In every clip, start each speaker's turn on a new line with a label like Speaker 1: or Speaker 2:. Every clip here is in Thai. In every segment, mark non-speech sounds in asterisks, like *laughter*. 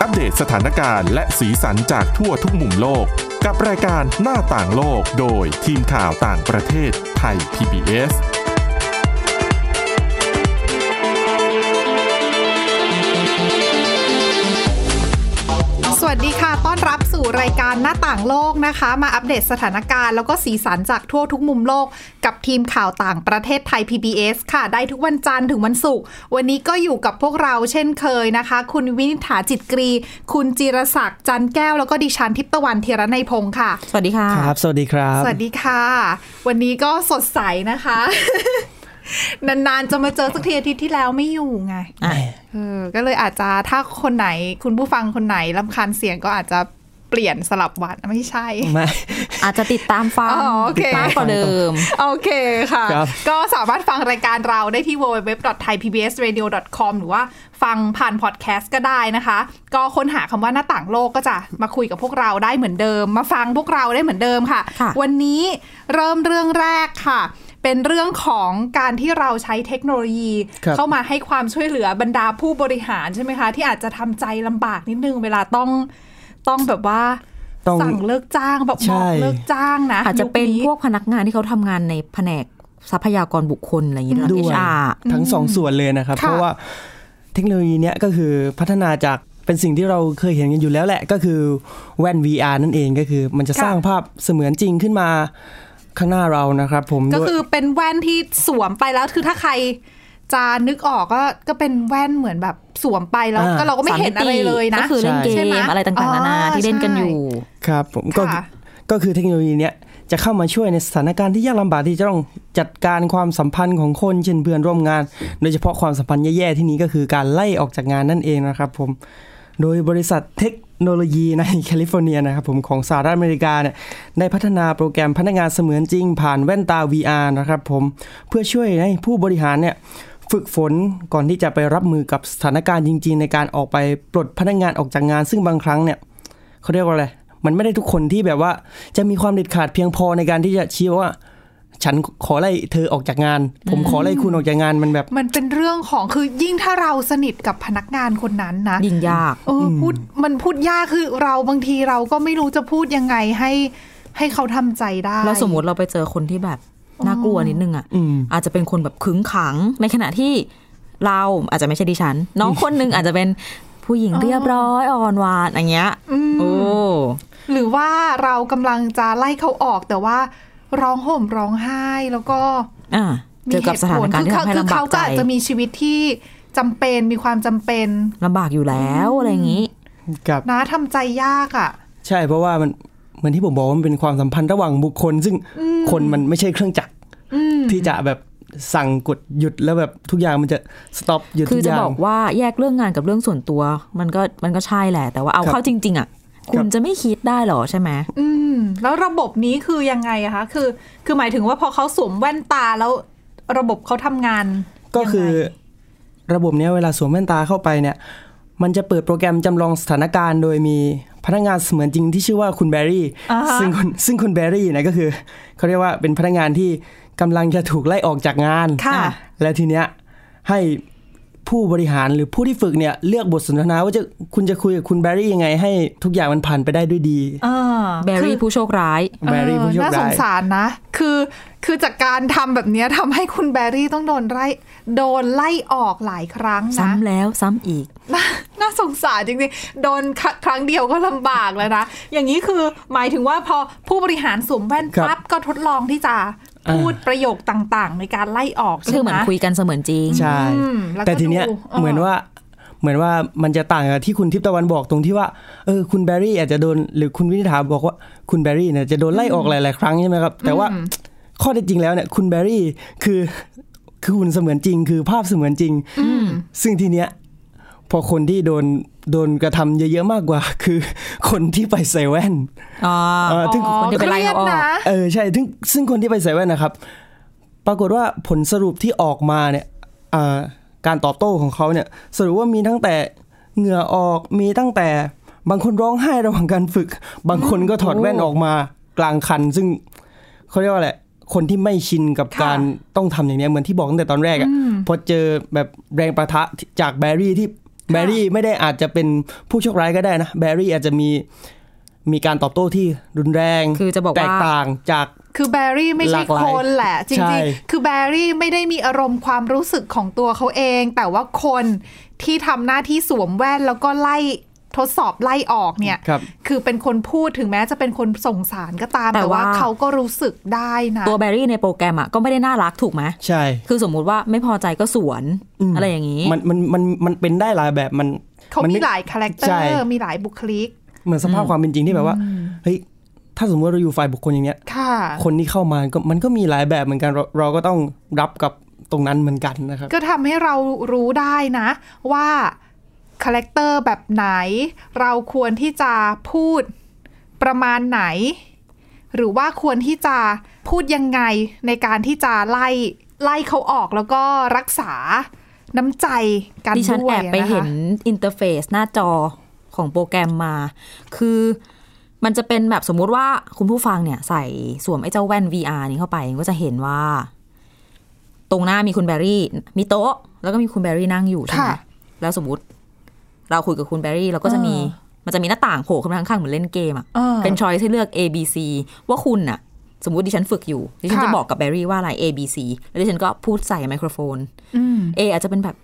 Speaker 1: อัปเดตสถานการณ์และสีสันจากทั่วทุกมุมโลก กับรายการหน้าต่างโลกโดยทีมข่าวต่างประเทศไทย PBS
Speaker 2: สวัสดีค่ะ ต้อนรับสู่รายการหน้าต่างโลกนะคะ มาอัปเดตสถานการณ์แล้วก็สีสันจากทั่วทุกมุมโลก กับทีมข่าวต่างประเทศไทย PBS ค่ะ ได้ทุกวันจันทร์ถึงวันศุกร์ วันนี้ก็อยู่กับพวกเราเช่นเคยนะคะ คุณวินิษฐาจิตกรี คุณจิรศักดิ์จันแก้ว แล้วก็ดิฉันทิพย์ตะวันเทยระในยพงค์ค่ะ
Speaker 3: สวัสดีค่ะ
Speaker 4: ครับ สวัสดีครับ
Speaker 2: สวัสดีค่ะ วันนี้ก็สดใสนะคะ *laughs* นานๆจะมาเจอสักทีอาทิตย์ที่แล้วไม่อยู่ไง
Speaker 3: อ่ะ
Speaker 2: เออก็เลยอาจจะถ้าคนไหนคุณผู้ฟังคนไหนลำคาญเสียงก็อาจจะเปลี่ยนสลับวันไม่ใช่
Speaker 4: ไม่
Speaker 3: อาจจะติดตามฟัง
Speaker 2: อ๋อโอเค
Speaker 3: ติดตามกว่าเดิม
Speaker 2: โอเคค่ะ
Speaker 4: ครับ
Speaker 2: ก็สามารถฟังรายการเราได้ที่ www.thaipbsradio.com หรือว่าฟังผ่านพอดแคสต์ก็ได้นะคะ ก็ค้นหาคำว่าหน้าต่างโลกก็จะมาคุยกับพวกเราได้เหมือนเดิม มาฟังพวกเราได้เหมือนเดิมค่ะ
Speaker 3: ค่ะ
Speaker 2: วันนี้เริ่มเรื่องแรกค่ะ เป็นเรื่องของการที่เราใช้เทคโนโลยี
Speaker 4: ครับ
Speaker 2: เข้ามาให้ความช่วยเหลือบรรดาผู้บริหารใช่ไหมคะ ที่อาจจะทำใจลำบากนิดนึงเวลาต้องต้องแบบว่า
Speaker 4: ต้อง
Speaker 2: สั่งเลิกจ้างแบบบ
Speaker 4: ใช่
Speaker 2: อกเลิกจ้างนะ
Speaker 3: อาจจะเป็น
Speaker 2: ยุค
Speaker 3: พวกพนักงานที่เขาทำงานในแผนกทรัพยากรบุคคลอะไรอย่างเงี้ย
Speaker 4: ด้วย
Speaker 3: HR
Speaker 4: ทั้งสองส่วนเลยนะครับ
Speaker 2: ค่ะ
Speaker 4: เพราะว่าเทคโนโลยีเนี้ยก็คือพัฒนาจากเป็นสิ่งที่เราเคยเห็นกันอยู่แล้วแหละ ก็คือแว่น VR นั่นเองก็คือมันจะ
Speaker 2: ค่ะ
Speaker 4: สร้างภาพเสมือนจริงขึ้นมาข้างหน้าเรานะครับผม
Speaker 2: ก็
Speaker 4: ด้วย
Speaker 2: คือเป็นแว่นที่สวมไปแล้วคือถ้าใครจะนึกออกก็ก็เป็นแว่นเหมือนแบบสวมไปแล้ว
Speaker 4: อ่า
Speaker 2: ก็เราก็ไม่เห็นอะไรเลยนะ
Speaker 3: ก็คือเล่นเก
Speaker 2: ใช่ไหม
Speaker 3: มอะไรต่างๆนานา
Speaker 2: อ๋อ
Speaker 3: ที่เล่นกัน
Speaker 2: ใช่
Speaker 3: อยู่
Speaker 4: ครับผมก็
Speaker 2: ค่ะ
Speaker 4: ก็คือเทคโนโลยีเนี้ยจะเข้ามาช่วยในสถานการณ์ที่ยากลำบากที่จะต้องจัดการความสัมพันธ์ของคนเช่นเพื่อนร่วมงาน โดยเฉพาะความสัมพันธ์แย่ๆที่นี้ก็คือการไล่ออกจากงานนั่นเองนะครับผมโดยบริษัทเทคโนโลยีในแคลิฟอร์เนียนะครับผมของสหรัฐอเมริกาเนี่ยได้พัฒนาโปรแกรมพนักงานเสมือนจริงผ่านแว่นตา VR นะครับผมเพื่อช่วยให้ผู้บริหารเนี่ย ฝึกฝนก่อนที่จะไปรับมือกับสถานการณ์จริง ๆ ในการออกไปปลดพนักงานออกจากงาน ซึ่งบางครั้งเนี่ยเขาเรียกว่าอะไร มันไม่ได้ทุกคนที่แบบว่าจะมีความเด็ดขาดเพียงพอในการที่จะชี้ว่า ฉันขอไล่เธอออกจากงาน ผมขอไล่คุณออกจากงานมันแบบ
Speaker 2: มันเป็นเรื่องของคือยิ่งถ้าเราสนิทกับพนักงานคนนั้นนะ
Speaker 3: ยิ่งยาก
Speaker 2: เออพูดมันพูดยากคือเราบางทีเราก็ไม่รู้จะพูดยังไงให้ให้เขาทำใจได้
Speaker 3: แล้วสมมติเราไปเจอคนที่แบบน่ากลัวนิดนึงอ่ะ
Speaker 4: อืม
Speaker 3: อาจจะเป็นคนแบบขึงขัง ในขณะที่เราอาจจะไม่ใช่ดิฉัน น้องคนหนึงอาจจะเป็นผู้หญิงเรียบร้อยอ่อนหวานอย่างเงี้ยโอ้
Speaker 2: หรือว่าเรากำลังจะไล่เขาออกแต่ว่าร้องห่มร้องไห้แล้วก็
Speaker 3: อ่ะเจอกับสถานการณ์ที่ทำให้ลำบาก
Speaker 2: คือเขา
Speaker 3: ใจ
Speaker 2: ก็อาจจะมีชีวิตที่จำเป็นมีความจำเป็น
Speaker 3: ลำบากอยู่แล้วอะไรอย่างงี้
Speaker 4: กับ
Speaker 2: นะทำใจยากอะ่ะ
Speaker 4: ใช่เพราะว่ามันเหมือนที่ผมบอกว่ามันเป็นความสัมพันธ์ระหว่างบุคคล ซึ่งคนมันไม่ใช่เครื่องจักรที่จะแบบสั่งกดหยุดแล้วแบบทุกอย่างมันจะสต็อปหยุด
Speaker 3: คื
Speaker 4: ทุ
Speaker 3: อก
Speaker 4: อ
Speaker 3: จะ
Speaker 4: ย่าง
Speaker 3: บอกว่าแยกเรื่องงานกับเรื่องส่วนตัว มันก็มันก็ใช่แหละ แต่ว่าเอา
Speaker 4: ครับ
Speaker 3: เข้าจริง ๆ อ่ะ คุ
Speaker 4: ครั
Speaker 3: ณ
Speaker 4: บ
Speaker 3: จะไม่คิดได้หรอใช่ไหม
Speaker 2: อืม แล้วระบบนี้คือยังไงอะคะคือ คือหมายถึงว่าพอเขาสวมแว่นตาแล้วระบบเขาทำงาน
Speaker 4: ก็คือ
Speaker 2: ยังไง
Speaker 4: ระบบเนี้ยเวลาสวมแว่นตาเข้าไปเนี่ย มันจะเปิดโปรแกรมจำลองสถานการณ์ โดยมีพนักงานเสมือนจริงที่ชื่อว่าคุณแบร์รี่ซึ่งคุณซึ่งคุณแบร์รี่เนะก็คือเขาเรียกว่าเป็นพนักงานที่กำลังจะถูกไล่ออกจากงาน
Speaker 2: ค่ะ
Speaker 4: และทีเนี้ยให้ผู้บริหารหรือผู้ที่ฝึกเนี่ยเลือกบทสนทนาว่าจะคุณจะคุยกับคุณแบร์รี่ยังไง ให้ทุกอย่างมันผ่านไปได้ด้วยดี
Speaker 2: เออ
Speaker 3: แบรี่ผู้โชคร้าย
Speaker 4: แบร์รี่ผู้โชค
Speaker 2: น่าส
Speaker 4: ร้าง ย
Speaker 2: สารนะ คือ คือจากการทำแบบเนี้ยทำให้คุณแบรี่ต้องโดนไล่โดนไล่ออกหลายครั้งนะ
Speaker 3: ซ้ำแล้วซ้ำอีก
Speaker 2: น่าน่าสงสารจริงๆ โดนครครั้งเดียวก็ลำบากแล้วนะ อย่างนี้คือหมายถึงว่าพอผู้บริหารสวมแว่น
Speaker 4: ครับ
Speaker 2: ปั๊บก็ทดลองที่จะ
Speaker 4: อ่า
Speaker 2: พูดประโยคต่างๆ ในการไล่ออก
Speaker 3: ก็
Speaker 2: ใช่
Speaker 3: คือเห
Speaker 2: ไหม
Speaker 3: มือนคุยกันเสมือนจริง
Speaker 4: ใช่
Speaker 2: อืมแล้วก็
Speaker 4: แต่ทีเนี้ย
Speaker 2: ดูเออ
Speaker 4: เหมือนว่าเหมือนว่ามันจะต่างกับที่คุณทิพย์ตะวันบอกตรงที่ว่าเออคุณแบร์รี่อาจจะโดนหรือคุณวินิธาบอกว่าคุณแบร์รี่เนี่ยจะโดนไล่ออกหลาย ๆ ครั้งใช่ไหมครับแต่ว่าข้อเท็จจริงแล้วเนี่ยคุณแบร์รี่คือคือหุ่นเสมือนจริง คือภาพเสมือนจริง ซึ่งทีเนี้ยพอคนที่โดนโดนกระทำเยอะๆมากกว่า คือคนที่ไปใส่แว่น
Speaker 3: อ๋อ
Speaker 4: เออ
Speaker 2: อ๋อ
Speaker 4: ถึง
Speaker 3: คนที่ไปไล่
Speaker 2: เครียด
Speaker 3: เขาออก
Speaker 2: นะ
Speaker 4: เออใช่ซึ่งซึ่งคนที่ไปใส่แว่นนะครับ ปรากฏว่าผลสรุปที่ออกมาเนี่ยเอ่อการตอบโต้ของเขาเนี่ย สรุปว่ามีตั้งแต่เหงื่อออกมีตั้งแต่บางคนร้องไห้ระหว่างการฝึก บางคนก็ถอดแว่นออกมากลางคัน ซึ่งเขาเรียกว่าอะไรคนที่ไม่ชินกับ
Speaker 2: ค่ะ
Speaker 4: การต้องทำอย่างเนี้ยเหมือนที่บอกตั้งแต่ตอนแรกอะพอเจอแบบแรงประทะที่จากแบรี่ที่ แบร์รี่ไม่ได้อาจจะเป็นผู้โชคร้ายก็ได้นะ แบร์รี่อาจจะมีมีการตอบโต้ที่รุนแรง
Speaker 3: คือจะบอกว่า
Speaker 4: แตกต่างจาก
Speaker 2: คือแบร์รี่ไม่
Speaker 4: ห
Speaker 2: ใช่
Speaker 4: ลากหลาย
Speaker 2: คนแหละ จ
Speaker 4: ใช่
Speaker 2: ริงๆ คือแบร์รี่ไม่ได้มีอารมณ์ความรู้สึกของตัวเขาเอง แต่ว่าคนที่ทำหน้าที่สวมแว่นแล้วก็ไล่ทดสอบไล่ออกเนี่ย
Speaker 4: ครับ
Speaker 2: คือเป็นคนพูดถึงแม้จะเป็นคนส่งสารก็ตาม
Speaker 3: แต่
Speaker 2: แต่ว่า
Speaker 3: ว่า
Speaker 2: เขาก็รู้สึกได้นะ
Speaker 3: ตัวแบรี่ในโปรแกรมอ่ะก็ไม่ได้น่ารักถูกไหม
Speaker 4: ใช่
Speaker 3: คือสมมุติว่าไม่พอใจก็สวน
Speaker 4: อืม
Speaker 3: อะไรอย่างนี้
Speaker 4: มันมันมันมันเป็นได้หลายแบบมัน
Speaker 2: เขา
Speaker 4: น
Speaker 2: มี
Speaker 4: นึก
Speaker 2: หลายคาแรคเตอ
Speaker 4: ใช่
Speaker 2: ร์มีหลายบุคลิก
Speaker 4: เหมือนสภาพความเป็นจริงที่แบบว่าเฮ้ยถ้าสมมติเราอยู่ฝ่ายบุคคลอย่างเนี้ย
Speaker 2: ค่ะ
Speaker 4: คนที่เข้ามาก็มันก็มีหลายแบบเหมือนกันเราเราก็ต้องรับกับตรงนั้นเหมือนกันนะครับ
Speaker 2: ก็ทำให้เรารู้ได้นะว่าคาแรคเตอร์แบบไหน เราควรที่จะพูดประมาณไหน หรือว่าควรที่จะพูดยังไงในการที่จะไล่ไล่เขาออกแล้วก็รักษาน้ำใจกัน
Speaker 3: ดิฉัน
Speaker 2: ด้วย
Speaker 3: แอบไป
Speaker 2: นะคะ
Speaker 3: เห็นอินเทอร์เฟซหน้าจอของโปรแกรมมา คือมันจะเป็นแบบสมมุติว่าคุณผู้ฟังเนี่ย ใส่สวมไอ้เจ้าแว่น VR นี้เข้าไปก็จะเห็นว่า ตรงหน้ามีคุณแบรี่ มีโต๊ะ แล้วก็มีคุณแบรี่นั่งอยู่ใช่ไหม
Speaker 2: ค่ะ
Speaker 3: แล้วสมมติ เราคุยกับคุณแบรี่เราก็จะมี
Speaker 2: เออ
Speaker 3: มันจะมีหน้าต่างโผล่ขึ้นมาข้างๆเหมือนเล่นเกมอ่ะ
Speaker 2: เออ
Speaker 3: เป็นช้อยให้เลือก A B C ว่าคุณน่ะ สมมติดิฉันฝึกอยู่ ดิฉัน
Speaker 2: ค่ะ
Speaker 3: จะบอกกับแบรี่ว่าอะไร A B C แล้วดิฉันก็พูดใส่ไมโครโฟน
Speaker 2: อืม
Speaker 3: A อาจจะเป็นแบบ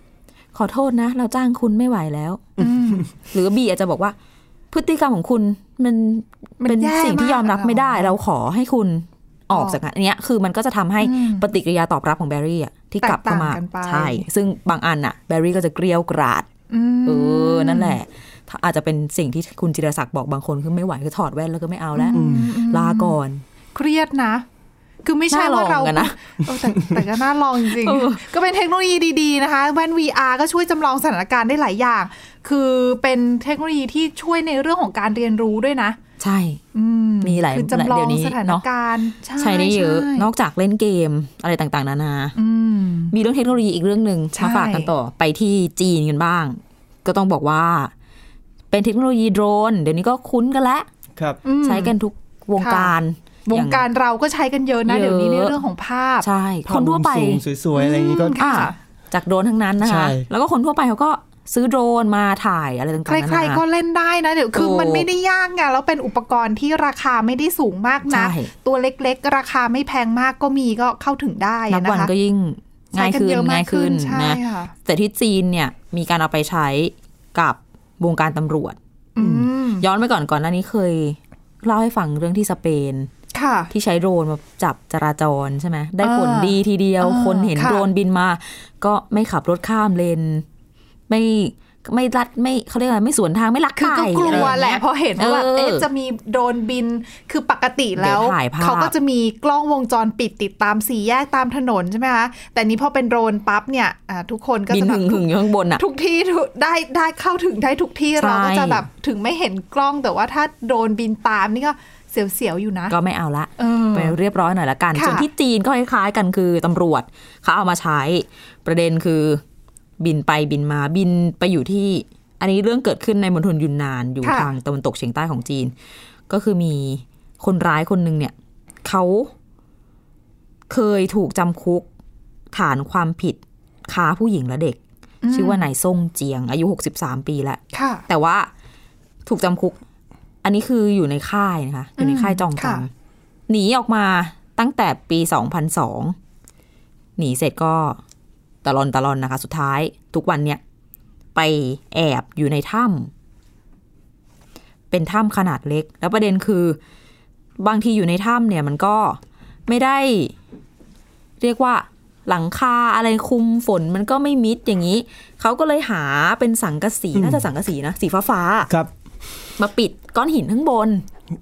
Speaker 3: ขอโทษนะ เราจ้างคุณไม่ไหวแล้ว หรือ B อาจจะบอกว่า พฤติกรรมของคุณมัน
Speaker 2: มัน
Speaker 3: เป็น
Speaker 2: แย่
Speaker 3: สิ่งที่ยอมรับ
Speaker 2: มาก
Speaker 3: ไม่ได้
Speaker 2: อะ
Speaker 3: เราขอให้คุณออกจากงานอันเนี้ยคือมันก็จะทำให้
Speaker 2: อืม
Speaker 3: ปฏิกิริยาตอบรับของแบรี่อะที่กลับเข้ามา
Speaker 2: แตกต่างกันไป
Speaker 3: ใช่ ซึ่งบางอันน่ะแบรี่ก็จะเกลียวกราด
Speaker 2: ม
Speaker 3: เออ นั่นแหละถ้าอาจจะเป็นสิ่งที่คุณจิรศักดิ์บอกบางคนคือไม่ไหวคือถอดแว่นแล้วก็ไม่เอาแล้ว ลาก่อน
Speaker 2: เครียดนะ คือไม่ใช่
Speaker 3: น่าลอง
Speaker 2: ว่าเรา
Speaker 3: เหมือนกันนะ
Speaker 2: เออแต่แต่ก็น่าลองจริง
Speaker 3: เออ
Speaker 2: ก็เป็นเทคโนโลยีดีๆนะคะแว่น VR ก็ช่วยจำลองสถานการณ์ได้หลายอย่าง คือเป็นเทคโนโลยีที่ช่วยในเรื่องของการเรียนรู้ด้วยนะ
Speaker 3: ใช่
Speaker 2: อืม
Speaker 3: มีหลาย
Speaker 2: คือจำลอ
Speaker 3: เดี๋
Speaker 2: ง
Speaker 3: ยวนี้
Speaker 2: สถาน
Speaker 3: เนอะ
Speaker 2: การณ์ใช่
Speaker 3: ใช้ได้เยอะ
Speaker 2: ใช่
Speaker 3: นอกจากเล่นเกมอะไรต่างๆ นานา
Speaker 2: อืม
Speaker 3: มีเรื่องเทคโนโลยีอีกเรื่องหนึ่ง
Speaker 2: ใช่
Speaker 3: มาฝากกันต่อไปที่จีนกันบ้าง ก็ต้องบอกว่า เป็นเทคโนโลยีโดรน เดี๋ยวนี้ก็คุ้นกันแล้ว
Speaker 4: ครับ
Speaker 2: อืม
Speaker 3: ใช้กันทุกวงการ
Speaker 2: วงการเราก็ใช้กันเยอะนะ
Speaker 3: เยอะ
Speaker 2: เดี๋ยวนี้ในเรื่องของภาพ
Speaker 3: ใช่ คนทั่วไป
Speaker 4: ภาพมุมสูงสวยๆ อะไรอย่างนี้ก็
Speaker 2: อืม
Speaker 3: อ่าจากโดรนทั้งนั้นนะ
Speaker 4: ใช่
Speaker 3: คะ แล้วก็คนทั่วไปเขาก็ซื้อโดรนมาถ่ายอะไรต่างๆ
Speaker 2: ใคร
Speaker 3: นา
Speaker 2: ๆ
Speaker 3: นา
Speaker 2: ก็เล่นได้นะ เดี๋ยวคือ
Speaker 3: ถูก
Speaker 2: มันไม่ได้ยากไงแล้วเป็นอุปกรณ์ที่ราคาไม่ได้สูงมากนะ
Speaker 3: ใช่
Speaker 2: ตัวเล็กๆ ราคาไม่แพงมากก็มีก็เข้าถึงได้
Speaker 3: นับ
Speaker 2: นะ
Speaker 3: วัน
Speaker 2: คะ
Speaker 3: ก็ยิ่งง่ายขึ้
Speaker 2: ใช้กั
Speaker 3: น
Speaker 2: เอะมก
Speaker 3: ง่ายขึ้น
Speaker 2: ใช่
Speaker 3: นะ
Speaker 2: ค่ะ
Speaker 3: แต่ที่จีนเนี่ยมีการเอาไปใช้กับวงการตำรวจ
Speaker 2: อืม
Speaker 3: ย้อนไปก่อนก่อนหน้านี้เคยเล่าให้ฟังเรื่องที่สเปน
Speaker 2: ค่ะ
Speaker 3: ที่ใช้โดรนมาจับจราจรใช่ไหมได้ผล
Speaker 2: อ่า
Speaker 3: ดีทีเดียว
Speaker 2: อ่า
Speaker 3: คนเห็น
Speaker 2: ค่ะ
Speaker 3: โดรนบินมา ก็ไม่ขับรถข้ามเลน ไม่ไม่รัดไม่เขาเรียกอะไรไม่สวนทางไม่ลัก
Speaker 2: คือ
Speaker 3: ไก่
Speaker 2: ก็กลัวแหละ
Speaker 3: อ
Speaker 2: เพ
Speaker 3: ไร
Speaker 2: อเห็นว่าแบบ
Speaker 3: ออ
Speaker 2: เอ๊ะจะมีโดรนบินคือปกติแล้ว
Speaker 3: เดี๋ยวถ่ายภาพ
Speaker 2: เขาก็จะมีกล้องวงจรปิดติดตามสี่แยกตามถนนใช่ไหมคะแต่นี้พอเป็นโดรนปั๊บเนี่ยอ่าทุกคนก็
Speaker 3: บิน
Speaker 2: จะแบ
Speaker 3: หึ
Speaker 2: บ
Speaker 3: งหึงอยู่ข้างบนอ่ะ
Speaker 2: ทุกที่ทุกได้ได้เข้าถึงได้ทุกที่เราก็
Speaker 3: ใช่
Speaker 2: จะแบบถึงไม่เห็นกล้องแต่ว่าถ้าโดรนบินตามนี่ก็เสียวๆอยู่นะ
Speaker 3: ก็ไม่เอาละ
Speaker 2: เออ
Speaker 3: ไปเรียบร้อยหน่อยละกัน
Speaker 2: ค่ะ
Speaker 3: ส่วนที่จีนก็คล้ายๆกันคือตำรวจเขาเอามาใช้ประเด็นคือบินไปบินมาบินไปอยู่ที่ อันนี้เรื่องเกิดขึ้นในมณฑลยุนนานอยู่ทางตะวันตกเฉียงใต้ของจีน ก็คือมีคนร้ายคนหนึ่งเนี่ยเขาเคยถูกจำคุกฐานความผิดค้าผู้หญิงและเด็ก ชื่อว่านายซ่งเจียง อายุ 63 ปีแล้ว
Speaker 2: ค่ะ
Speaker 3: แต่ว่าถูกจำคุก อันนี้คืออยู่ในค่ายนะคะ อยู่ในค่ายจองจ
Speaker 2: ค่ะ
Speaker 3: ำหนีออกมาตั้งแต่ปี 2002 หนีเสร็จก็ตะลอนตะลอนนะคะ สุดท้ายทุกวันเนี่ย ไปแอบอยู่ในถ้ำเป็นถ้ำขนาดเล็ก แล้วประเด็นคือบางทีอยู่ในถ้ำเนี่ยมันก็ไม่ได้ เรียกว่าหลังคาอะไรคุมฝนมันก็ไม่มิดอย่างนี้ เขาก็เลยหาเป็นสังกะสีน่าจะสังกะสีนะ สีฟ้าฟ้าๆ
Speaker 4: ครับ
Speaker 3: มาปิดก้อนหินข้างบน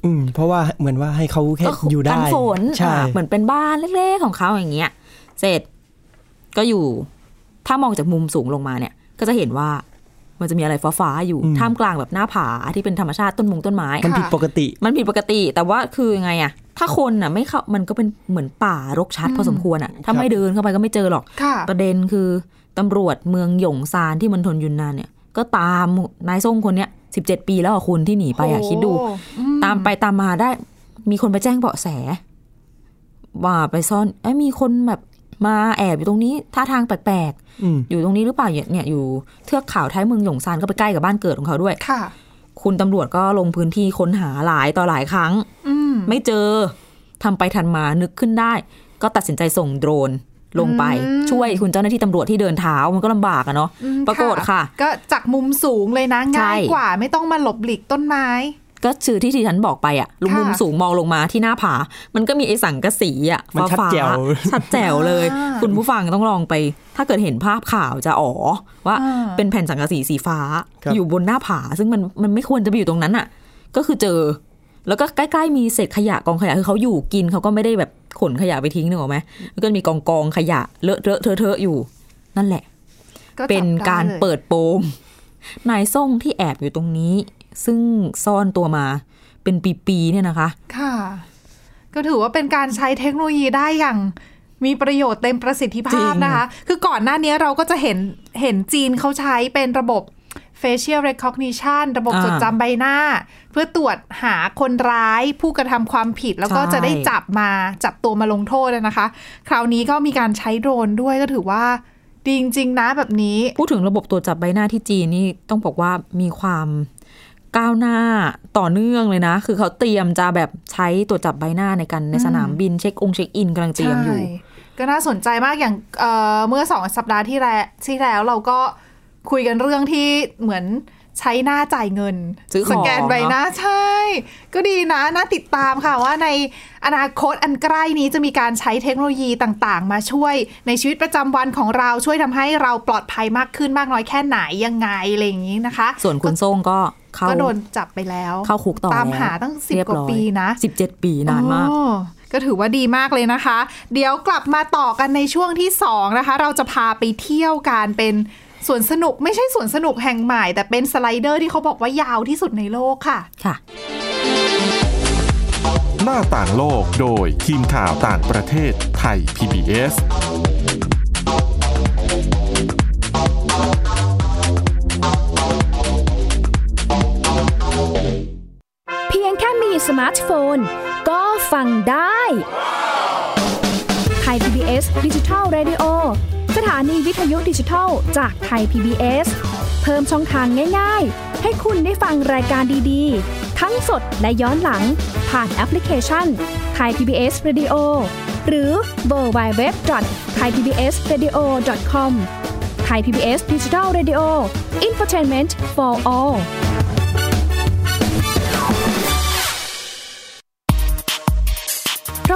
Speaker 4: อืมเพราะว่าเหมือนว่าให้เขาแค่
Speaker 3: ก็
Speaker 4: อยู่ได้
Speaker 3: กันฝน
Speaker 4: ใช่
Speaker 3: อ่ะเหมือนเป็นบ้านเล็กๆของเขาอย่างเงี้ย เสร็จก็อยู่ ถ้ามองจากมุมสูงลงมาเนี่ย ก็จะเห็นว่ามันจะมีอะไรฟ้าๆอยู่
Speaker 4: อืม
Speaker 3: ท่ามกลางแบบหน้าผาที่เป็นธรรมชาติต้นมงต้นไม้
Speaker 4: มันผิดปกติ
Speaker 3: มันผิดปกติ แต่ว่าคือยังไงอะถ้าคนน่ะไม่เข้ามันก็เป็นเหมือนป่ารกชัดพอสมควรอะถ้า
Speaker 4: ครับ
Speaker 3: ไม่เดินเข้าไปก็ไม่เจอหรอก
Speaker 2: ค่ะ
Speaker 3: ประเด็นคือตำรวจเมืองหยงซานที่มณฑลยุนนานเนี่ย ก็ตามนายซ่งคนเนี้ยสิบเจ็ดปีแล้วอะคุณที่หนีไปอะคิดดู
Speaker 2: โอ้อืม
Speaker 3: ตามไปตามมาได้ มีคนไปแจ้งเบาะแส ว่าไปซ่อนเอ้ยมีคนแบบ มาแอบอยู่ตรงนี้ท่าทางแปลก
Speaker 4: อืม
Speaker 3: ๆ อยู่ตรงนี้หรือเปล่าเนี่ยเนี่ยอยู่เทือกเขาท้ายเมืองหยงซานก็ไปใกล้กับบ้านเกิดของเขาด้วย
Speaker 2: ค่ะ
Speaker 3: คุณตำรวจก็ลงพื้นที่ค้นหาหลายต่อหลายครั้ง
Speaker 2: อืม
Speaker 3: ไม่เจอทำไปทันมานึกขึ้นได้ ก็ตัดสินใจส่งโดรนลงไป
Speaker 2: อืม
Speaker 3: ช่วยคุณเจ้าหน้าที่ตำรวจที่เดินเท้ามันก็ลำบากอะเนาะ
Speaker 2: อืม
Speaker 3: ปรากฏค่ะ
Speaker 2: ก็จากมุมสูงเลยนะ
Speaker 3: ใช่
Speaker 2: ง่ายกว่าไม่ต้องมาหลบหลีกต้นไม้
Speaker 3: ก็ชื่อที่ที่ฉันบอกไปอะลุมมุม
Speaker 2: ค่ะ
Speaker 3: สูงมองลงมาที่หน้าผา มันก็มีไอ้สังกะสีอะ
Speaker 4: มันชัด
Speaker 3: ฟ้าๆ
Speaker 4: แจ๋ว
Speaker 3: ชัดแจ๋วเลย คุณผู้ฟังต้องลองไป ถ้าเกิดเห็นภาพข่าวจะอ๋อว่า
Speaker 2: อ่า
Speaker 3: เป็นแผ่นสังกะสีสีฟ้า
Speaker 4: ครับ
Speaker 3: อยู่บนหน้าผา ซึ่งมันมันไม่ควรจะไปอยู่ตรงนั้นอะก็คือเจอ แล้วก็ใกล้ๆมีเศษขยะกองขยะคือเขาอยู่กินเขาก็ไม่ได้แบบขนขยะไปทิ้งนึกออกไหมแล้วก็มีกองกองๆขยะเลอะเทอะเทอะเทอะอยู่ นั่นแหละ
Speaker 2: ก็จับ
Speaker 3: เป็นการ
Speaker 2: ได้ลย
Speaker 3: เปิดโปง *laughs* นายส่งที่แอบอยู่ตรงนี้ ซึ่งซ่อนตัวมาเป็นปีๆเนี่ยนะคะ
Speaker 2: ค่ะ ก็ถือว่าเป็นการใช้เทคโนโลยีได้อย่างมีประโยชน์เต็มประสิทธิภาพ
Speaker 3: จริง
Speaker 2: นะคะ คือก่อนหน้านี้เราก็จะเห็นเห็นจีนเขาใช้เป็นระบบ facial recognition ระบบ
Speaker 3: อ่า
Speaker 2: จดจำใบหน้า เพื่อตรวจหาคนร้ายผู้กระทำความผิดแล้วก็
Speaker 3: ใช่
Speaker 2: จะได้จับมาจับตัวมาลงโทษนะคะ คราวนี้ก็มีการใช้โดรนด้วยก็ถือว่าดีจริงๆนะแบบนี้
Speaker 3: พูดถึงระบบตรวจจับใบหน้าที่จีนนี่ต้องบอกว่ามีความก้าวหน้าต่อเนื่องเลยนะ คือเขาเตรียมจะแบบใช้ตรวจจับใบหน้าในกันในสนามบินเช็คองเช็คอินกำลังเตรียมอยู่
Speaker 2: ใช่ก็น่าสนใจมากอย่างเอ่อเมื่อสองสัปดาห์ที่แล้วที่แล้วเราก็คุยกันเรื่องที่เหมือนใช้หน้าจ่ายเงิน
Speaker 3: ซื้อของ
Speaker 2: สแกนใบหน้าใช่ ก็ดีนะ น่าติดตามค่ะว่าในอนาคตอันใกล้นี้จะมีการใช้เทคโนโลยีต่างๆ มาช่วยในชีวิตประจำวันของเราช่วยทำให้เราปลอดภัยมากขึ้นมากน้อยแค่ไหนยังไงอะไรอย่างนี้นะคะ
Speaker 3: ส่วนคุณ
Speaker 2: ก็
Speaker 3: ส่งก็เข้า
Speaker 2: ก็โดนจับไปแล้ว
Speaker 3: เข้าคุกต่อ
Speaker 2: ตาม
Speaker 3: แล้ว
Speaker 2: หาตั้งสิบ
Speaker 3: เรีย
Speaker 2: กว่า
Speaker 3: ร้อย
Speaker 2: ปีนะ
Speaker 3: สิบเจ็ดปีนานมาก
Speaker 2: โอ้ก็ถือว่าดีมากเลยนะคะ เดี๋ยวกลับมาต่อกันในช่วงที่ 2 นะคะ เราจะพาไปเที่ยวการเป็นสวนสนุกไม่ใช่สวนสนุกแห่งใหม่ แต่เป็นสไลเดอร์ที่เขาบอกว่ายาวที่สุดในโลกค่ะ
Speaker 3: ค่ะ
Speaker 1: หน้าต่างโลกโดยทีมข่าวต่างประเทศไทย PBS
Speaker 5: เพียงแค่มีสมาร์ทโฟน ก็ฟังได้ไทย PBS ดิจิทัล Radio สถานีวิทยุดิจิทัลจากไทย PBS เพิ่มช่องทางง่ายๆ ให้คุณได้ฟังรายการดีๆ ทั้งสดและย้อนหลัง ผ่านแอปพลิเคชันไทย PBS Radio หรือเวอร์บายเว็บไทยพีบีเอสเรดิโอคอมไทยพีบีเอสดิจิทัลเรดิโออินฟอร์ทนเมนต์ for all เพรา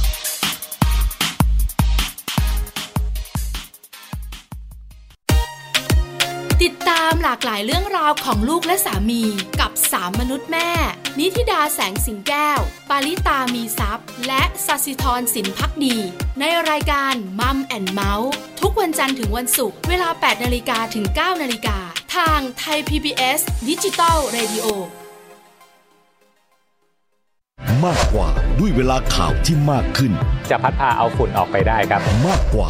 Speaker 6: ติดตามหลากหลายเรื่องราวของลูกและสามีกับสามมนุษย์แม่ นิธิดาแสงสิงแก้ว ปาริตามีซัพ์และสัสิธรสินพักดี ในรายการมัมแอนเมาส์ทุกวันจันทร์ถึงวันศุกร์เวลา 8นาฬิกาถึง 9นาฬิกาทางไทย PBS ดิจิตอล Radio
Speaker 7: มากกว่าด้วยเวลาข่าวที่มากขึ้น
Speaker 8: จะพัดพาเอาฝุ่นออกไปได้ครับ
Speaker 7: มากกว่า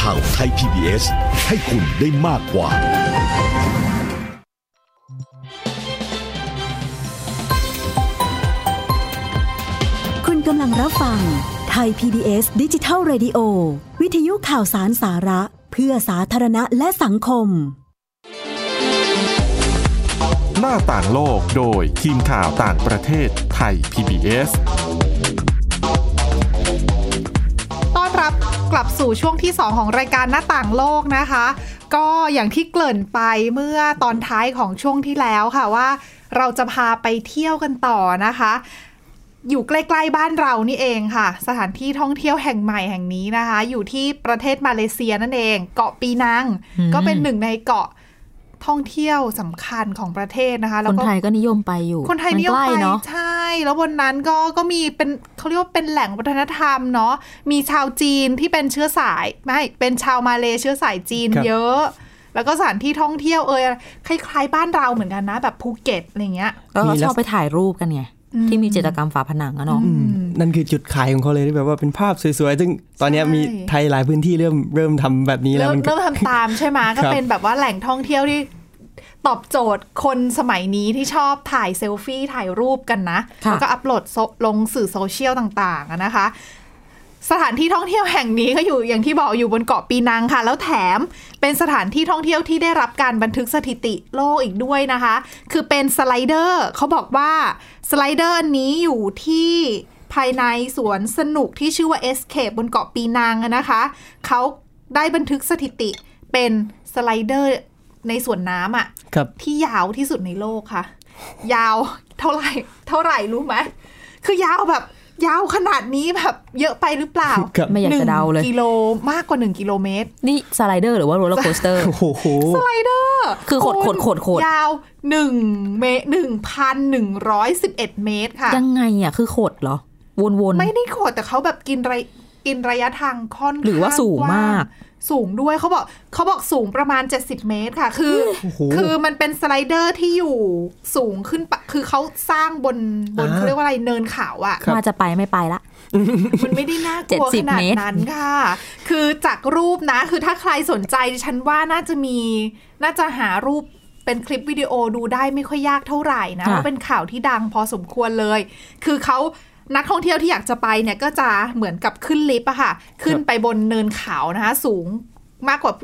Speaker 7: ข่าวไทย PBS ให้คุณได้มากกว่า
Speaker 9: คุณกำลังรับฟังไทย PBS ดิจิทัล Radio วิทยุข่าวสารสาระ เพื่อสาธารณะและสังคม
Speaker 1: หน้าต่างโลกโดยทีมข่าวต่างประเทศไทย PBS
Speaker 2: ต้อนรับกลับสู่ช่วงที่ 2 ของรายการหน้าต่างโลกนะคะ ก็อย่างที่เกริ่นไปเมื่อตอนท้ายของช่วงที่แล้วค่ะว่า เราจะพาไปเที่ยวกันต่อนะคะ อยู่ใกล้ๆบ้านเรานี่เองค่ะ สถานที่ท่องเที่ยวแห่งใหม่แห่งนี้นะคะ อยู่ที่ประเทศมาเลเซียนั่นเอง เกาะปีนัง
Speaker 3: อืม
Speaker 2: ก็เป็นหนึ่งในเกาะท่องเที่ยวสำคัญของประเทศนะคะ
Speaker 3: ค
Speaker 2: แล้ว
Speaker 3: น
Speaker 2: ก็
Speaker 3: ไทยก็นิยมไปอยู่
Speaker 2: คนไทยนิยม
Speaker 3: ใกล้
Speaker 2: ไป
Speaker 3: เนาะ
Speaker 2: ใช่ แล้วบนนั้นก็ก็มีเป็นเขาเรียกว่าเป็นแหล่งวัฒนธรรมเนาะมีชาวจีนที่เป็นเชื้อสายไม่เป็นชาวมาเลเชื้อสายจีน
Speaker 4: ครับ
Speaker 2: เยอะ แล้วก็สถานที่ท่องเที่ยวเอยคล้ายๆ บ้านเราเหมือนกันนะ แบบภูเก็ตอะไรเงี้ย
Speaker 3: แล้ว
Speaker 4: มี
Speaker 3: เขาช
Speaker 4: ลักษณะ
Speaker 3: อบไปถ่ายรูปกันไงที่มีจิตรกรรมฝาผนังอะเนาะ
Speaker 4: อืมนั่นคือจุดขายของเขาเลยที่แบบว่าเป็นภาพสวยๆ ซึ่งตอนเนี้ย
Speaker 2: ใช่
Speaker 4: มีไทยหลายพื้นที่เริ่มเริ่มทำแบบนี้แล้ว
Speaker 2: เริ่ม
Speaker 4: มันก็
Speaker 2: เริ่มทำตามใช่ไหม
Speaker 4: ครับ
Speaker 2: ก็เป็นแบบว่าแหล่งท่องเที่ยวที่ตอบโจทย์คนสมัยนี้ที่ชอบถ่ายเซลฟี่ถ่ายรูปกันนะ
Speaker 3: ค่ะ
Speaker 2: แล้วก็อัปโหลดโซลงสื่อโซเชียลต่างๆอะนะคะ สถานที่ท่องเที่ยวแห่งนี้ก็อยู่อย่างที่บอกอยู่บนเกาะปีนังค่ะ แล้วแถมเป็นสถานที่ท่องเที่ยวที่ได้รับการบันทึกสถิติโลกอีกด้วยนะคะ คือเป็นสไลเดอร์เขาบอกว่าสไลเดอร์อันนี้อยู่ที่ภายในสวนสนุกที่ชื่อว่า Escape บนเกาะปีนังอะนะคะเขาได้บันทึกสถิติเป็นสไลเดอร์ในสวนน้ำอะ
Speaker 4: ครับ
Speaker 2: ที่ยาวที่สุดในโลกค่ะ ยาวเท่าไหร่เท่าไหร่รู้ไหมคือยาวแบบยาวขนาดนี้แบบเยอะไปหรือเปล่า
Speaker 4: *laughs* ครับ
Speaker 3: ไม่อยากจะเดาเลย
Speaker 2: หนึ่งกิโลมากกว่า 1 กิโลเมตร
Speaker 3: นี่สไลเดอร์หรือว่าโรลเลอร์โคสเต
Speaker 4: *laughs*
Speaker 3: อร์
Speaker 4: โอ้โห
Speaker 2: สไลเดอร์
Speaker 3: คือขดขดขดขด
Speaker 2: ยาว1เมตร1,111 เมตรค่ะ
Speaker 3: ยังไงอะคือโขดเหรอ วน
Speaker 2: ไม่ได้ขดแต่เขาแบบกินระยกินระยะทางค่อน
Speaker 3: ๆ หรือว่า
Speaker 2: ข้
Speaker 3: สูงมาก
Speaker 2: สูงด้วยเขาบอกเขาบอกสูงประมาณ 70 เมตรค่ะ คือ
Speaker 4: โอ้โห
Speaker 2: คือมันเป็นสไลเดอร์ที่อยู่สูงขึ้นไปคือเขาสร้างบนบน
Speaker 4: อ่า
Speaker 2: เขาเรียกว่าอะไรเนินเขาอะ
Speaker 4: ครับ
Speaker 3: ว่าจะไปไม่ไปละ
Speaker 2: มันไม่ได้น่ากลัวข
Speaker 3: 70
Speaker 2: นาด
Speaker 3: เมตร
Speaker 2: นั้นค่ะ คือจากรูปนะ คือถ้าใครสนใจดิฉันว่าน่าจะมี น่าจะหารูปเป็นคลิปวิดีโอดูได้ไม่ค่อยยากเท่าไหร่นะเพ
Speaker 3: ค่ะ
Speaker 2: ราะเป็นข่าวที่ดังพอสมควรเลย คือเขานักท่องเที่ยวที่อยากจะไปเนี่ยก็จะเหมือนกับขึ้นลิฟต์อะค่ะ ขึ้นไปบนเนินเขานะคะ สูงมากกว่า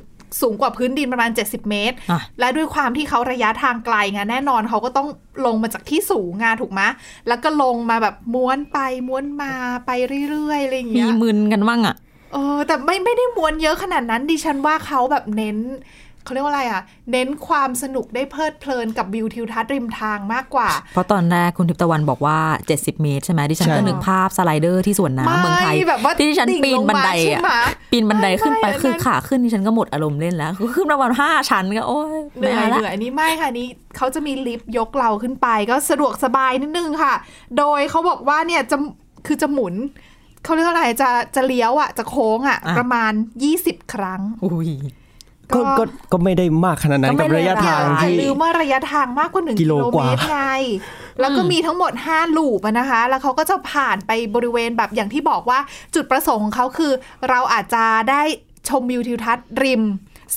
Speaker 2: สูงกว่าพื้นดินประมาณ 70 เมตร
Speaker 3: อ่ะ
Speaker 2: และด้วยความที่เขาระยะทางไกลไงแน่นอนเขาก็ต้องลงมาจากที่สูงไงถูกไหมแล้วก็ลงมาแบบม้วนไปม้วนมาไปเรื่อยๆอะไรอย่าง
Speaker 3: มี
Speaker 2: เงี้ย
Speaker 3: มึนกันบ้างอะ
Speaker 2: เออแต่ไม่ไม่ได้ม้วนเยอะขนาดนั้นดิฉันว่าเขาแบบเน้นเขาเรียกว่าอะไรอ่ะ เน้นความสนุกได้เพลิดเพลินกับวิวทิวทัศน์ริมทางมากกว่า
Speaker 3: เพราะตอนแรกคุณทิพย์ตะวันบอกว่า 70 เมตรใช่ไหมดิฉัน
Speaker 4: ใช่
Speaker 3: ก็นึกภาพสไลเดอร์ที่สวนน้ำเมืองไทย
Speaker 2: ไม่แบบว่า
Speaker 3: ที่ดิฉัน
Speaker 2: ดิ่ง
Speaker 3: ปีนบันได
Speaker 2: ลงมาใช่
Speaker 3: อะ
Speaker 2: ไหม
Speaker 3: ปีนบันไดขึ้นไป
Speaker 2: ไม่ไม่
Speaker 3: คืออน
Speaker 2: นั้น
Speaker 3: ขาขึ้นดิฉันก็หมดอารมณ์เล่นแล้วคือขึ้นประมาณห้าชั้นก็โอ้ย
Speaker 2: เหนื่อย
Speaker 3: ไม่า
Speaker 2: เห
Speaker 3: ละ
Speaker 2: นื่อยอันนี้ไม่ค่ะอันนี้เขาจะมีลิฟต์ยกเราขึ้นไปก็สะดวกสบายนิดนึงค่ะ โดยเขาบอกว่าเนี่ยจะคือจะหมุนเขาเรียกว่าอะไรจะจะเลี้ยวอ่ะจะโค้งอ่ะ
Speaker 3: อ่ะ
Speaker 2: ประมาณ 20 ครั้ง
Speaker 3: อุ้ย
Speaker 4: ก็
Speaker 2: ก็
Speaker 4: ก็ก็ไม่ได้มากขนาดนั้น
Speaker 3: ก็
Speaker 4: กับ
Speaker 3: ไม่ได้
Speaker 4: ระยะทาง
Speaker 2: อย่า
Speaker 4: ที่
Speaker 2: ลืมว่าระยะทางมากกว่า 1
Speaker 4: กิ
Speaker 2: กิโล
Speaker 4: โลกว่า
Speaker 2: เมตรไงแล้วก็มีทั้งหมด 5 ลูปอะนะคะ แล้วเขาก็จะผ่านไปบริเวณแบบอย่างที่บอกว่าจุดประสงค์ของเขาคือ เราอาจจะได้ชมวิวทิวทัศน์ริม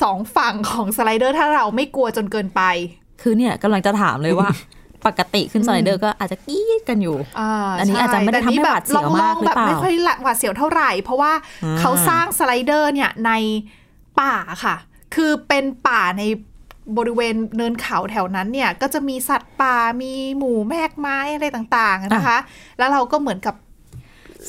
Speaker 2: สองฝั่งของสไลเดอร์ถ้าเราไม่กลัวจนเกินไป
Speaker 3: คือเนี่ยกำลังจะถามเลย
Speaker 2: *laughs*
Speaker 3: ว่า ปกติขึ้นสไลเดอร์ก็อาจจะกรี๊ดกันอยู่ อันนี้อาจจะไม่ได้
Speaker 2: ใช่
Speaker 3: ทำให้หวาดเสียว
Speaker 2: แต่นี่แบบ
Speaker 3: มากหรือ
Speaker 2: แบบ
Speaker 3: เปล่า
Speaker 2: ไม่ค่อยหวาดเสียวเท่าไหร่ เพราะว่า
Speaker 3: อ่า
Speaker 2: เขาสร้างสไลเดอร์เนี่ยในป่าค่ะ คือเป็นป่าในบริเวณเนินเขาแถวนั้นเนี่ยก็จะมีสัตว์ป่ามีหมูแมกไม้อะไรต่างๆนะคะ แล้วเราก็เหมือนกับ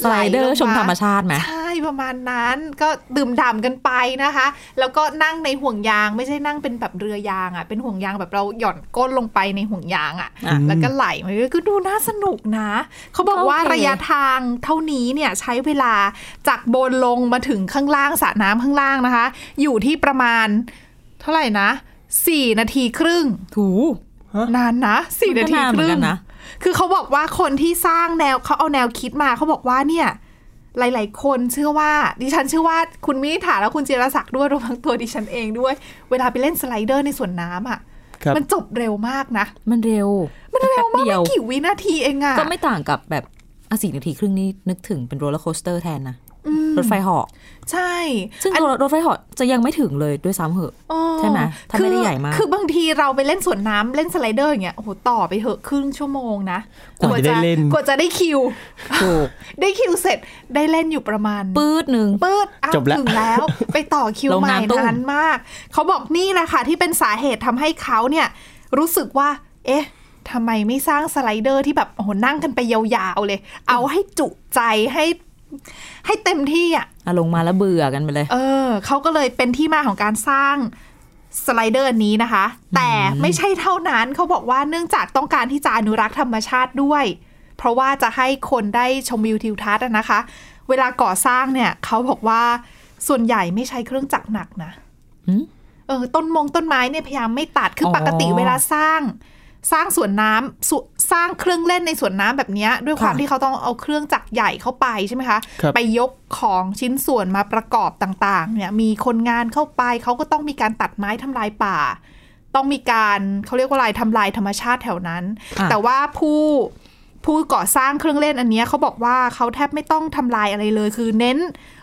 Speaker 3: สไลเดอร์ชมธรรมชาติไหม
Speaker 2: ใช่ประมาณนั้นก็ดื่มด่ำกันไปนะคะ แล้วก็นั่งในห่วงยางไม่ใช่นั่งเป็นแบบเรือยางอ่ะเป็นห่วงยางแบบเราหย่อนก้นลงไปในห่วงยางอ่ะ
Speaker 3: อ่ะ
Speaker 2: แล้วก็ไหลมาเรื่อยๆก็ดูน่าสนุกนะ เขาบอกว่า
Speaker 3: โอเค
Speaker 2: ระยะทางเท่านี้เนี่ยใช้เวลาจากบนลงมาถึงข้างล่างสระน้ำข้างล่างนะคะ อยู่ที่ประมาณเท่าไหร่นะสี่นาทีครึ่ง
Speaker 3: ถู
Speaker 2: นานนะสี่นาที
Speaker 3: ก็
Speaker 2: ค
Speaker 3: เหมือ
Speaker 2: รึ่ง
Speaker 3: นกันนะ
Speaker 2: คือเขาบอกว่าคนที่สร้างแนวเขาเอาแนวคิดมาเขาบอกว่าเนี่ย หลาย ๆ คนเชื่อว่า ดิฉันเชื่อว่าคุณมิถาและคุณจิรศักดิ์ด้วยรวมทั้งตัวดิฉันเองด้วย เวลาไปเล่นสไลเดอร์ในสวนน้ำอ่ะ
Speaker 4: ครับ
Speaker 2: มันจบเร็วมากนะ
Speaker 3: มันเร็ว
Speaker 2: มันเร็วมาก
Speaker 3: แป๊บเดี
Speaker 2: ไม่
Speaker 3: ยว
Speaker 2: กี่วินาทีเองอะ
Speaker 3: ก็ไม่ต่างกับแบบอ่ะสี่นาทีครึ่งนี่นึกถึงเป็นโรลเลอร์โคสเตอร์แทนนะ
Speaker 2: อืม
Speaker 3: รถไฟเหาะ
Speaker 2: ใช่
Speaker 3: ซึ่ง
Speaker 2: อัน
Speaker 3: รถไฟเหาะจะยังไม่ถึงเลยด้วยซ้ำเหอะ
Speaker 2: อ๋อ
Speaker 3: ใช่ไหมถ้า
Speaker 2: คือ
Speaker 3: ไม่ได้ใหญ่มาก
Speaker 2: คือบางทีเราไปเล่นสวนน้ำเล่นสไลเดอร์อย่างเงี้ยโอ้โหต่อไปเถอะครึ่งชั่วโมงนะ
Speaker 4: กว่าจะได้เล่น
Speaker 2: กว่าจะได้คิว
Speaker 3: ถูก
Speaker 2: ได้คิวเสร็จได้เล่นอยู่ประมาณ
Speaker 3: ปื๊ดหนึ่ง
Speaker 2: ปื๊ดอ้าว
Speaker 4: จบแล้ว
Speaker 2: ถึงแล้ว
Speaker 3: *laughs*
Speaker 2: ไปต่อคิว
Speaker 3: ลง
Speaker 2: ใหม่
Speaker 3: น้ำตุ้ม
Speaker 2: นานมาก เขาบอกนี่แหละค่ะ ที่เป็นสาเหตุทำให้เขาเนี่ย รู้สึกว่า เอ๊ะทำไมไม่สร้างสไลเดอร์ที่แบบโอ้โหนั่งกันไปยาวๆเลย เอาให้จุใจให้ให้เต็มที่อ่ะ
Speaker 3: อ่ะลงมาแล้วเบื่อกันไปเลย
Speaker 2: เออเขาก็เลยเป็นที่มาของการสร้าง สไลเดอร์อันนี้นะคะ แต่ไม่ใช่เท่านั้นเขาบอกว่าเนื่องจากต้องการที่จะอนุรักษ์ธรรมชาติด้วย เพราะว่าจะให้คนได้ชมวิวทิวทัศน์อะนะคะ เวลาก่อสร้างเนี่ยเขาบอกว่าส่วนใหญ่ไม่ใช้เครื่องจักรหนักนะ
Speaker 3: หืม
Speaker 2: เออต้นมงต้นไม้เนี่ยพยายามไม่ตัดคืออ
Speaker 3: อ
Speaker 2: ปกติเวลาสร้าง สร้างสวนน้ำสุสร้างเครื่องเล่นในสวนน้ำแบบเนี้ยด้วยความที่เขาต้องเอาเครื่องจักรใหญ่เข้าไปใช่ไหมคะ
Speaker 4: ครับ
Speaker 2: ไปยกของชิ้นส่วนมาประกอบต่างๆ เนี่ยมีคนงานเข้าไปเขาก็ต้องมีการตัดไม้ทำลายป่า ต้องมีการเขาเรียกว่าอะไรทำลายธรรมชาติแถวนั้น
Speaker 3: อ่ะ
Speaker 2: แต่ว่าผู้ผู้ก่อสร้างเครื่องเล่นอันเนี้ยเขาบอกว่าเขาแทบไม่ต้องทำลายอะไรเลย คือเน้น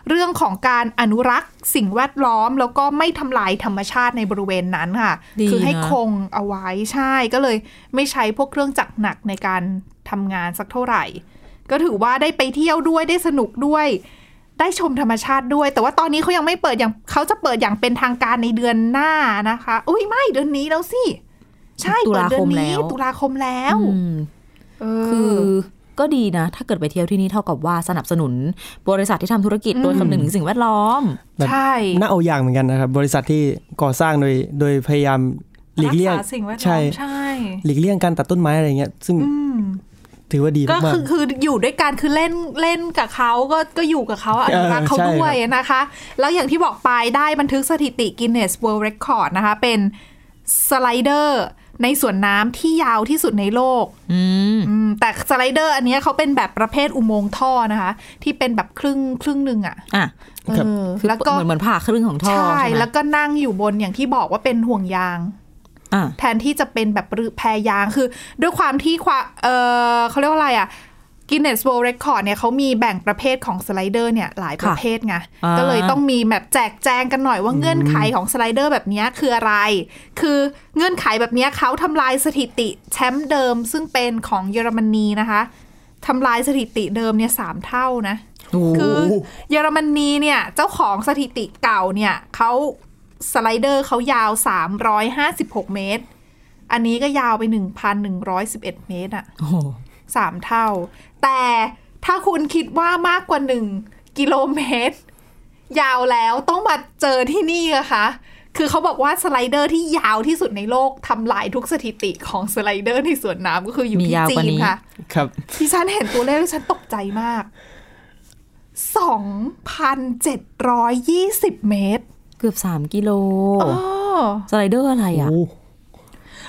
Speaker 2: เรื่องของการอนุรักษ์สิ่งแวดล้อม แล้วก็ไม่ทำลายธรรมชาติในบริเวณนั้นค่ะ
Speaker 3: ดี
Speaker 2: คือให้
Speaker 3: นะ
Speaker 2: คงเอาไว้ใช่ก็เลยไม่ใช้พวกเครื่องจักรหนักในการทำงานสักเท่าไหร่ ก็ถือว่าได้ไปเที่ยวด้วยได้สนุกด้วย ได้ชมธรรมชาติด้วย แต่ว่าตอนนี้เขายังไม่เปิดอย่างเขาจะเปิดอย่างเป็นทางการในเดือนหน้านะคะอุ้ยไม่เดือนนี้แล้วสิใช่เปิดเดือนนี้ตุลาคมแล้ว
Speaker 3: อืม
Speaker 2: เออ
Speaker 3: คือก็ดีนะ ถ้าเกิดไปเที่ยวที่นี่เท่ากับว่าสนับสนุน บริษัทที่ทำธุรกิจ
Speaker 2: อืม
Speaker 3: โดยคำนึงถึงสิ่งแวดล้อม
Speaker 4: แบบ
Speaker 2: ใช่
Speaker 4: น่าเอาอย่างเหมือนกันนะครับบริษัทที่ก่อสร้างโดยโดยพยายามหลีกเลี่ยง
Speaker 2: รัษาสิ่งแวดล้
Speaker 4: ใช่
Speaker 2: อมใช่
Speaker 4: หลีกเลี่ยงการตัดต้นไม้อะไรเงี้ยซึ่ง
Speaker 2: อืม
Speaker 4: ถือว่าดี
Speaker 2: ก็
Speaker 4: มากๆ
Speaker 2: คือคืออยู่ด้วยกันคือเล่นเล่นกับเขาก็ก็อยู่กับเขาอะอ
Speaker 4: เออ
Speaker 2: นุรักษ์เขา
Speaker 4: ใช่ครับ
Speaker 2: ด้วยนะคะ แล้วอย่างที่บอกไปได้บันทึกสถิติ Guinness World Record นะคะ เป็นสไลเดอร์ในสวนน้ำที่ยาวที่สุดในโลก
Speaker 3: อืม
Speaker 2: อืมแต่สไลเดอร์อันเนี้ยเขาเป็นแบบประเภทอุโมงค์ท่อนะคะ ที่เป็นแบบครึ่งครึ่งหนึ่งอะ
Speaker 3: อ่ะ
Speaker 2: เอ
Speaker 4: ครับ
Speaker 2: อ
Speaker 3: คือ
Speaker 2: แล้วก็
Speaker 3: เหมือนเหมือนผ่าครึ่งของท่อ
Speaker 2: ใช่
Speaker 3: ใช่ไหม
Speaker 2: แล้วก็นั่งอยู่บนอย่างที่บอกว่าเป็นห่วงยาง
Speaker 3: อ่ะ
Speaker 2: แทนที่จะเป็นแบบเรือแพยางคือ ด้วยความที่ความเออเขาเรียกว่าอะไรอะ Guinness World Record เนี่ยเขามีแบ่งประเภทของสไลเดอร์เนี่ยหลายประเภทไง
Speaker 3: อ่า
Speaker 2: ก็เลยต้องมีแบบแจกแจงกันหน่อยว่าเงื่อนไขของสไลเดอร์แบบเนี้ยคืออะไร คือเงื่อนไขแบบเนี้ยเขาทำลายสถิติแชมป์เดิมซึ่งเป็นของเยอรมนีนะคะทำลายสถิติเดิมเนี่ยสามเท่านะ คือเยอรมนีเนี่ยเจ้าของสถิติเก่าเนี่ยเขาสไลเดอร์เขายาว 356 เมตร อันนี้ก็ยาวไป 1,111 เมตรอะ
Speaker 3: โอ้โห
Speaker 2: สามเท่า แต่ถ้าคุณคิดว่ามากกว่า 1 กิโลเมตร ยาวแล้วต้องมาเจอที่นี่นะคะ คือเขาบอกว่าสไลเดอร์ที่ยาวที่สุดในโลกทำลายทุกสถิติของสไลเดอร์ในสวนน้ำก็คืออยู่
Speaker 3: มี
Speaker 2: ที่
Speaker 3: ยาว
Speaker 2: จี
Speaker 3: กว่าน นี้
Speaker 2: ค่ะ
Speaker 4: ครับ
Speaker 2: ดิฉันเห็นตัวเลขแล้วฉันตกใจมาก 2,720 เมตร
Speaker 3: เกือบสามกิโล
Speaker 2: อ๋อ
Speaker 3: สไลเดอร์อะไรอ่ะ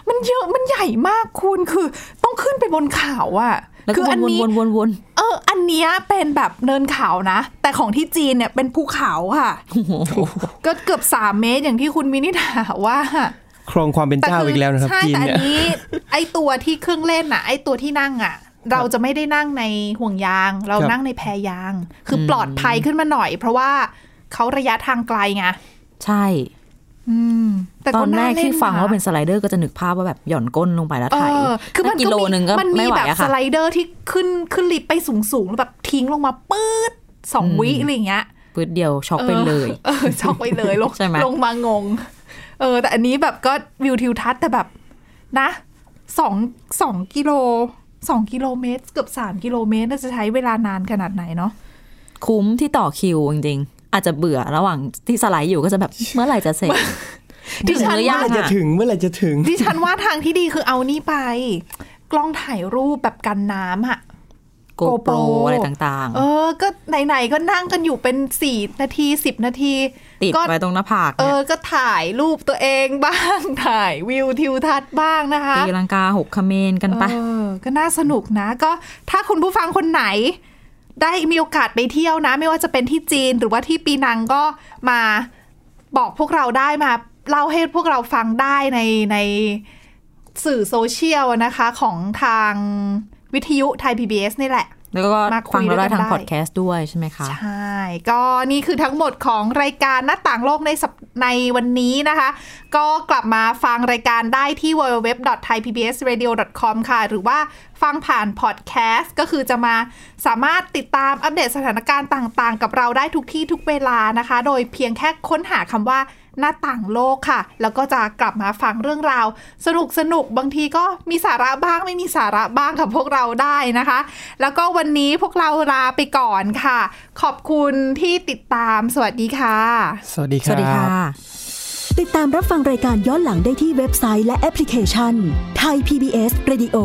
Speaker 2: มันเยอะ มันใหญ่มากคุณ คือต้องขึ้นไปบนเขาอะ
Speaker 3: แล้ว
Speaker 2: คื
Speaker 3: ก็ว
Speaker 2: อั
Speaker 3: น
Speaker 2: นี้
Speaker 3: วนวนวน
Speaker 2: เออ อันเนี้ยเป็นแบบเนินเขานะ แต่ของที่จีนเนี่ยเป็นภูเขาค่ะ ก็เกือบ 3 เมตรอย่างที่คุณมินิถาว่า
Speaker 4: ครองความเป็นเจ้าอีกแล้วนะครับ
Speaker 2: ใช่
Speaker 4: จีน
Speaker 2: แต่อัน
Speaker 4: เนี่ย
Speaker 2: นี้ ไอตัวที่เครื่องเล่นน่ะ ไอตัวที่นั่งอ่ะ เราจะไม่ได้นั่งในห่วงยาง เรา
Speaker 4: ครับ
Speaker 2: นั่งในแพยาง คือปลอดภัยขึ้นมาหน่อย เพราะว่าเขาระยะทางไกลไง
Speaker 3: ใช่
Speaker 2: อืม แต่
Speaker 3: ตอนแรกที่ฟังว่าเป็น
Speaker 2: น
Speaker 3: สไลเดอร์ก็จะนึกภาพว่าแบบหย่อนก้นลงไปแล้ว
Speaker 2: เอ
Speaker 3: ไถ่าย
Speaker 2: อคือมัน
Speaker 3: กิโลหนึ่งก็
Speaker 2: มันมี
Speaker 3: ไม่ไหว
Speaker 2: แบบ
Speaker 3: อะ
Speaker 2: ส
Speaker 3: ค่ะ
Speaker 2: ไลเดอร์ที่ขึ้นขึ้นลิฟต์ไปสูงสูงๆแล้วแบบทิ้งลงมาปื๊ดสอง
Speaker 3: อืม
Speaker 2: วิอะไรอย่างเงี้ย
Speaker 3: ปื๊ดเดียวช็อกไปเลย
Speaker 2: เออช็อกไปเลยลง
Speaker 3: ใช่ไหม
Speaker 2: ลงมางง เออ แต่อันนี้แบบก็วิวทิวทัศน์แต่แบบนะสองสองกิโลสองกิโลเมตร เกือบสามกิโลเมตรน่าจะใช้เวลานานขนาดไหนเนาะ
Speaker 3: คุ้มที่ต่อคิวจริงๆ อาจจะเบื่อระหว่างที่สไลด์อยู่ก็
Speaker 2: *laughs*
Speaker 3: จะแบบเมื่อไหร่จะเสร็จ
Speaker 2: ดิฉัน
Speaker 3: หรือยั
Speaker 2: ว่าง
Speaker 4: เมื่อไหร่จะถึงเมื่อไหร่จะถึง
Speaker 2: ดิฉันว่าทางที่ดีคือเอานี่ไป กล้องถ่ายรูปแบบกันน้ำอะ
Speaker 3: โก
Speaker 2: GoPro
Speaker 3: โปรอะไรต่าง
Speaker 2: เออ ก็ไหนๆก็นั่งกันอยู่เป็นสี่นาทีสิบนาที
Speaker 3: ๆ ติด
Speaker 2: ก็
Speaker 3: ไว้ตรงหน้าผาก
Speaker 2: เอ
Speaker 3: เนี่ย
Speaker 2: อ ก็ถ่ายรูปตัวเองบ้าง *laughs* ถ่ายวิวทิวทัศน์บ้างนะคะ
Speaker 3: ตีลังกาหกคเมนกันไป
Speaker 2: เออก็น่าสนุกนะ ก็ถ้าคุณผู้ฟังคนไหน ได้มีโอกาสไปเที่ยวนะ ไม่ว่าจะเป็นที่จีนหรือว่าที่ปีนังก็มาบอกพวกเราได้มาเล่าให้พวกเราฟังได้ในในสื่อโซเชียลนะคะ ของทางวิทยุไทย PBS นี่แหละ
Speaker 3: แล้วก็
Speaker 2: มาคุย
Speaker 3: ฟังเรา
Speaker 2: ด้
Speaker 3: ได้
Speaker 2: วยกัน
Speaker 3: ทาง
Speaker 2: ได้
Speaker 3: พอดแคสต์ด้วยใช่ไหมคะ
Speaker 2: ใช่ ก็นี่คือทั้งหมดของรายการหน้าต่างโลกในสัปในวันนี้นะคะ ก็กลับมาฟังรายการได้ที่ www.thaipbsradio.com ค่ะ หรือว่าฟังผ่านพอดแคสต์ก็คือจะมาสามารถติดตามอัปเดตสถานการณ์ต่างๆ กับเราได้ทุกที่ทุกเวลานะคะ โดยเพียงแค่ค้นหาคำว่าหน้าต่างโลกค่ะ แล้วก็จะกลับมาฟังเรื่องราว สนุกสนุกๆบางทีก็มีสาระบ้างไม่มีสาระบ้างกับพวกเราได้นะคะ แล้วก็วันนี้พวกเราลาไปก่อนค่ะ ขอบคุณที่ติดตามสวัสดีค่ะ
Speaker 4: สวัสดีค
Speaker 3: สวัสดี
Speaker 4: รับ
Speaker 3: ค่ะ
Speaker 5: ติดตามรับฟังรายการย้อนหลังได้ที่เว็บไซต์และแอปพลิเคชันไทย PBS Radio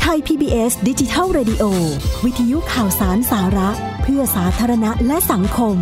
Speaker 5: ไทย PBS ดิจิทัล Radio วิทยุข่าวสารสาระ เพื่อสาธารณะและสังคม